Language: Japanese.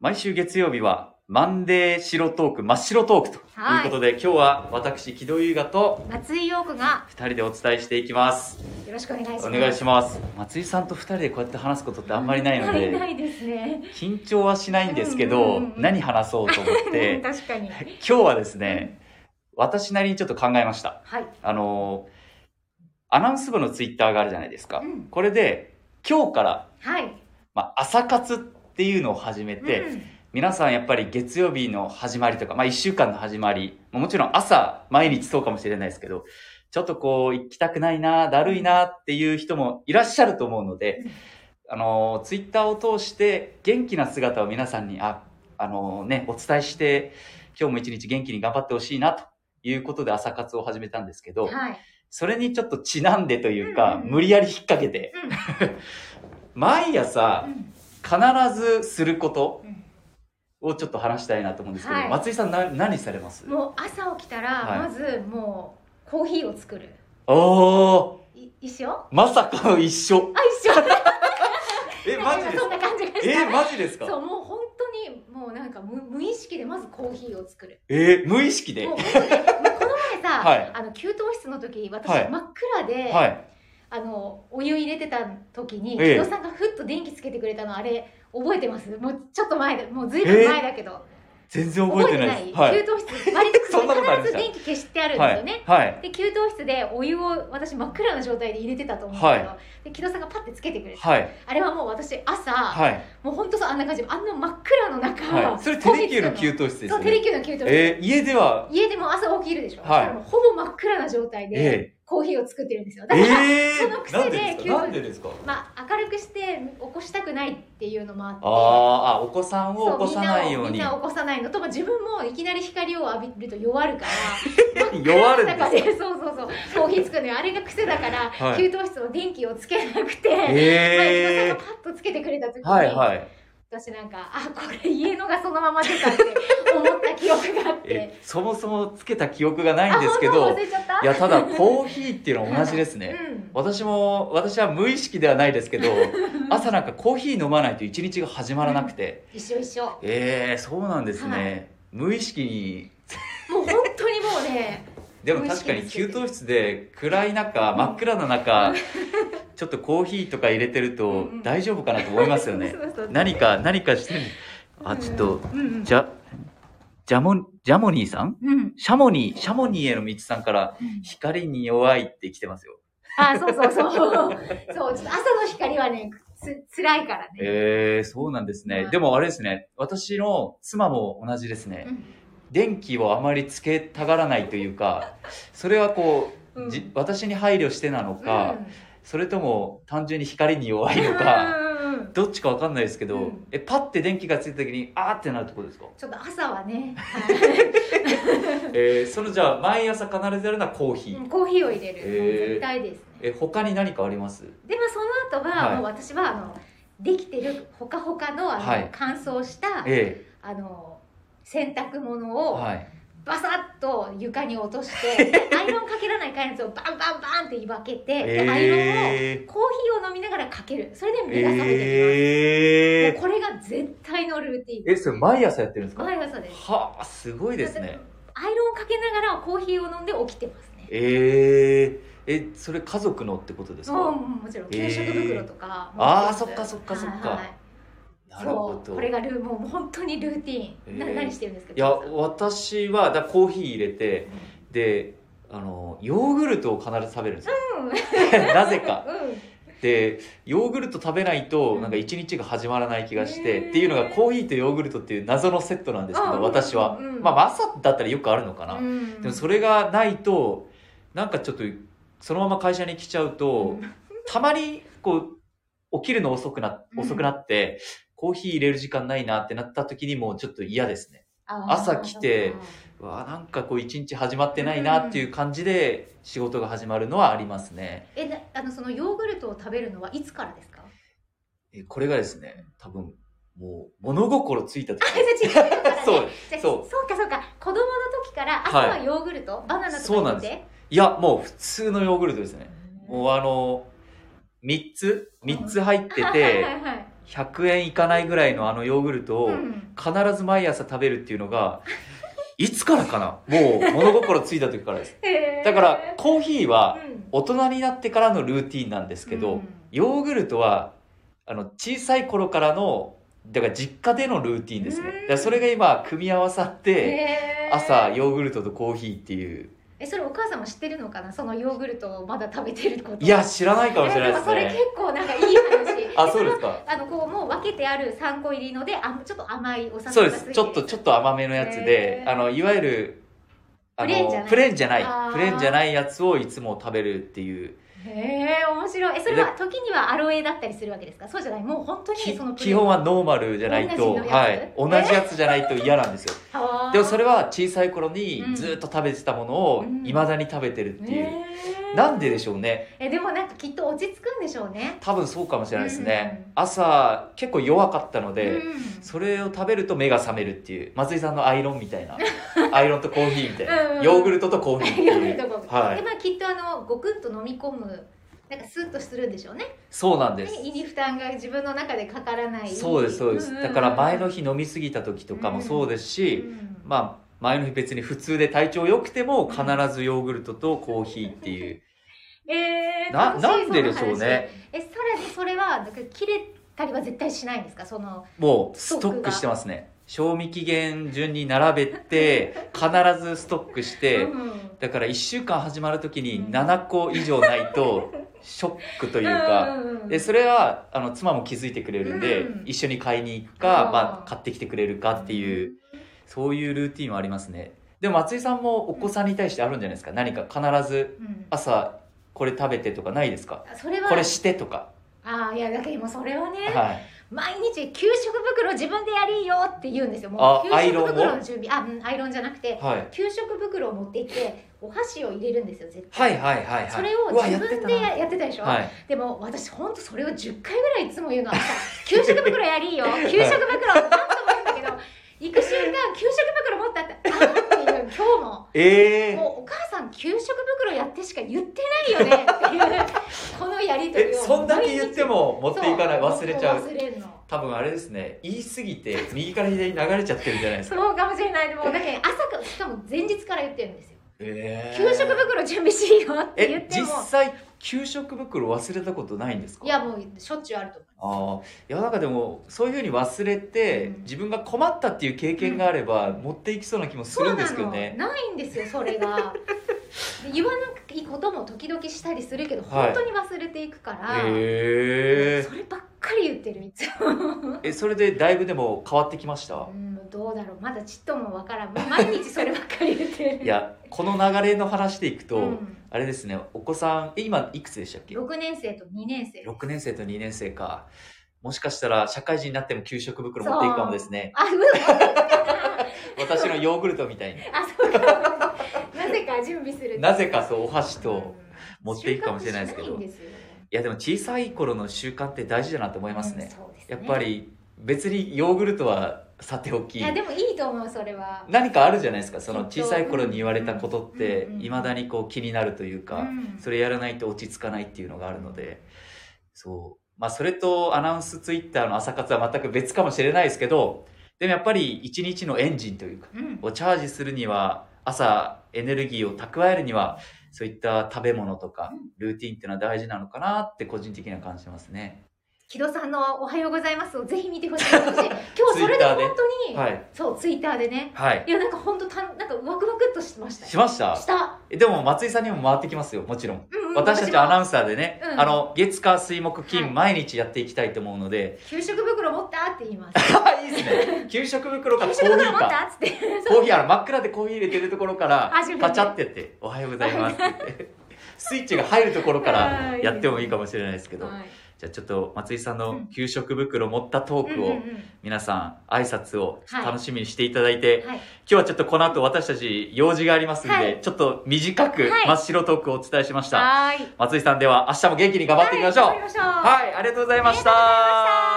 毎週月曜日は、マンデー白トーク、真っ白トークということで、今日は私、木戸優雅と松井陽子が2人でお伝えしていきます。よろしくお願いします。お願いします。松井さんと2人でこうやって話すことってあんまりないのないなで、いですね。緊張はしないんですけうんど、うんうん何話そうと思って、 確かに。今日はですね、私なりにちょっと考えました。はい。あの、アナウンス部のツイッターがあるじゃないですか。うんこれで、今日から、はい。まあ、朝活っていうのを始めて、うん皆さんやっぱり月曜日の始まりとか、まあ一週間の始まり、もちろん朝、毎日そうかもしれないですけど、ちょっとこう行きたくないな、だるいなっていう人もいらっしゃると思うのでうん、あの、ツイッターを通して元気な姿を皆さんに、あ、あのね、お伝えして、今日も一日元気に頑張ってほしいなということで朝活を始めたんですけど、はい。それにちょっとちなんでというかう、んうん無理やり引っ掛けて、うん 毎朝うん必ずすること、うんをちょっと話したいなと思うんですけど、はい松井さんな何されますもう朝起きたはいら、まずもうコーヒーを作る。おおい一緒あ、まさかの一緒一緒えな マんジかです今そんかな感じがしえた。マジですそかう、もう本当に、もうなんか無無意識でまずコーヒーを作る。えー無意識でもうは本当に、もうこの前さ、 はいあの、給湯室の時、私はい真っ暗で、いあのお湯入れてた時にええ木戸さんがふっと電気つけてくれたのあれ覚えてますもうちょっと前でもうずいぶん前だけど、全然覚えてないですはい給湯室割と そんなことありまし必たず電気消してあるんはですよね、いはいで給湯室でお湯を私真っ暗な状態で入れてたと思うんだけど、で木戸さんがパッてつけてくれた、はいあれはもう私朝、はいもうほんとそうあんな感じあんな真っ暗の中、はいそれテレキューのコーヒ給ー湯室作るでのすそうねテレキューの給湯室、えー家では家でも朝起きるでしょ、はいだからもうほぼ真っ暗な状態で、えコーヒーを作ってるんですよえだから、えそのー、なん癖ででですか給湯なんでですかまあ、明るくして起こしたくないっていうのもあってあーあお子さんそをう起こさないようみにんなをみんな起こさないのと、まあ、自分もいきなり光を浴びると弱るから 弱るんですか真っ暗な中そうそうそうコーヒー作るのよあれが癖だから、はい給湯室の電気をつけなくて、前え田さんがパッとつけてくれた時に、ー、はいはい私なんかあこれ家のがそのまま出たって思った記憶があってえそもそもつけた記憶がないあんですけ本ど当忘れちゃったいやただコーヒーっていうのは同じですねうん、私も私は無意識ではないですけ ど朝なんかコーヒー飲まないと一日が始まらなくて、一緒一緒もええそうなんですね、は無意識にう本当にもうねでも確かに無意識給です湯室で暗い中真っ暗な 中ちょっとコーヒーとか入れてるうんとうん大丈夫かなと思いますよねそうそうそう何か何かしてるあちょっと、うんうんじゃジャモジャモニーさんうん、シャモニーシャモニーへの道さんからうん光に弱いって来てますよあ、そうそうそう。 そう、ちょっと朝の光はね、つ、辛いからね。ええそうなんですね。はいでもあれですね、私の妻も同じですね。うん電気をあまりつけたがらないというか、それはこう、うんじ私に配慮してなのか、うんそれとも単純に光に弱いのうか、んうんうんどっちかわかんないですけど、うんえ、パッて電気がついた時に、あーってなるってこと ですかちょっと朝はね、えー、そのじゃあ、毎朝必ずやるのはコーヒー。うん コーヒーを入れる。へー絶対ですね。え、他に何かありますで、まあ、その後はは、いもう私は、あの、できてるほかほかの、あの、はい乾燥した、えあの、洗濯物えをはい。バサッと床に落 として、でアイロンかけらないかやつをバンバンバンっていばけて、でアイロンをえー、コーヒーを飲みながらかけるそれで目が覚めてきます、えもうこれが絶対のルーティンえ、それ毎朝やってるんですか毎朝ですはあ、すごいですね。アイロンかけながらコーヒーを飲んで起きてますねえええ、それ家族のってことですもうか。もちろんえー給食袋とか、あー持てますそっかそっかそっかはいはいなるほそうど。これがルーもう本当にルーティーン、なえー何してるんですかいや、私はだコーヒー入れて、で、あのヨーグルトを必ず食べるんですよ。 なぜか。うで、ヨーグルト食べないと、うんなんか一日が始まらない気がして、えーっていうのがコーヒーとヨーグルトっていう謎のセットなんですけあど、うん私は、うんまあ朝だったらよくあるのかな。ん、うん、でもそれがないと、なんかちょっとそのまま会社に来ちゃうと。たまに、こう、起きるの遅くな、うん遅くなって、コーヒー入れる時間ないなってなった時にもうちょっと嫌ですね。朝来てうわあなんかこう一日始まってないなっていう感じで仕事が始まるのはありますね。えなあのそのヨーグルトを食べるのはいつか らですかえこれがですね、多分、もう物心ついた時あ。じゃあ違うからねそうじゃあそう そうかそうか子供の時から朝はヨーグルト、バナナとかそうなん入れていや、もう普通のヨーグルトですね。うんもうあの、3つ ?3 つ入ってはいはて い、はいはい100円いかないぐらいのあのヨーグルトをうん必ず毎朝食べるっていうのが、いつからかなもう物心ついた時からです。へーだからコーヒーはうん大人になってからのルーティンなんですけど、うんヨーグルトはあの小さい頃からのだから実家でのルーティンですねうんだからそれが今組み合わさってへー朝ヨーグルトとコーヒーっていうえそれお母さんも知ってるのかなそのヨーグルトをまだ食べてることいや知らないかもしれないでえすもそれね結構なんかいいあ話そうれではすかあのこうもう分けてある3個入りのであちょっと甘いお砂そ糖うがでついすてちょっとちょっと甘めのやつでへーあのいわゆるあのププレレーーンンじじゃゃなないいプレーンじゃないやつをいつも食べるっていうへえ面白いえそれは時にはアロエだったりするわけですかそうじゃないもう本当にきそのプレ基ーン本はノーマルじゃないと同じのやつはい同じやつじゃないと嫌なんですよあーでもそれは小さい頃にうんずっと食べてたものをうんいまだに食べてるっていう、ねえなんででしょうねえでもなんかきっと落ち着くんでしょうね多分そうかもしれないですね、うん朝結構弱かったので、うんそれを食べると目が覚めるっていう松井さんのアイロンみたい なアイロンとコーヒーみたいなうんうんヨーグルトとコーヒーってヨーグいルトうも、はでいまあきっとあのごくんと飲み込むなんかスッとするんでしょうねそうなんでねす胃に負担が自分の中でかからないそうですそうです、んんんだから前の日飲み過ぎた時とかもそうですうし、んまあ前の日別に普通で体調良くても必ずヨーグルトとコーヒーっていう、えー、な楽しいなんででしょうその話ねえさらにそれはなんか切れたりは絶対しないんですかそのもうストックしてますね賞味期限順に並べて必ずストックして、うんだから1週間始まる時うにん7個以上ないとショックというか、んんんでそれはあの妻も気づいてくれるんで、うん一緒に買いに行くか、あーまあ、買ってきてくれるかっていうそういうルーティンはありますねでも松井さんもお子さんに対してあるんじゃないですか何か必ずうん朝これ食べてとかないですかあそれはこれしてとか、ああいやだけどもうそれはね、はい、毎日給食袋自分でやりよって言うんですよもあうア給イ食ロンを袋の準備あうんアイロンじゃなくてはい、給食袋を持って行ってお箸を入れるんですよ絶対はいはいはいはいそれをうわ自分でやってやってたでしたょ、なはいでも私本当それを10回ぐらいいつも言うの朝給食袋やりよ給食袋何度も言うんだけど行く瞬間給食袋持ったってあーっていう今日も。ええもうお母さん給食袋やってしか言ってないよねっていうこのやりとえりをそんだけ言っても持っていかないそう忘れちゃう忘れんの多分あれですね言い過ぎて右から左に流れちゃってるんじゃない ですかそうかもしれないでもだけど朝かしかも前日から言ってるんですよえ給食袋準備しようって言っえて実も際給食袋忘れたことないんですかいやもうしょっちゅうあると思あーいやなんかでもそういうふうに忘れて、うん自分が困ったっていう経験があれば、持っていきそうな気もすそうるなんですけどの、ねないんですよそれ がで言わないことも時々したりするけど、はい本当に忘れていくから、へえそればっかり言ってるいつも、えそれでだいぶでも変わってきました、うん、どうだろうまだちっともわからんもう毎日そればっかり言ってるいやこの流れの話でいくと、うん、あれですねお子さんえ今いくつでしたっけ6年生と2年生6年生と2年生かもしかしたら社会人になっても給食袋持っていくかもですねあうん私のヨーグルトみた いあそうかなぜか準備するになぜかそうお箸とうん持っていくかもしれないですけ習慣どしないいんですよねやでも小さい頃の習慣って大事だなと思いますうんね、そうですやねっぱり別にヨーグルトはさておいきやでもいいと思うそれは何かあるじゃないですかそのきっと小さい頃に言われたことってうんうんうんいまだにこう気になるというか、うんそれやらないと落ち着かないっていうのがあるのでそうまあそれとアナウンスツイッターの朝活は全く別かもしれないですけどでもやっぱり一日のエンジンというかうんをチャージするには朝エネルギーを蓄えるにはそういった食べ物とかうんルーティンっていうのは大事なのかなって個人的には感じますね。木戸さんの「おはようございます」をぜひ見てほしい ですし今日それで Twitter で本当に、はい、そうツイッターでねはい、いやなんか本当たんなんかワクワクっとしてましたしましたした、えでも松井さんにも回ってきますよもちろん。うんうん私たちもアナウンサーでね、うんあの月火水木金、はい毎日やっていきたいと思うので給食袋持ったって言いますいいです ね給食袋かコ給ーヒー食袋持っかたっつってコーヒーあの真っ暗でコーヒー入れてるところからあ自分でパチャってやって「おはようございます」って言 ってスイッチが入るところからやってもいいかもしれないですけど、はいじゃあちょっと松井さんうのん給食袋持ったトークうんをうんうん皆さん挨拶をはい楽しみにしていただいて、はい今日はちょっとこの後私たち用事がありますんで、はいちょっと短くはい真っ白トークをお伝えしました、はーい松井さんでは明日も元気に頑張っていきましょう、はい頑張りましょうはい、ありがとうございました。ありがとうございました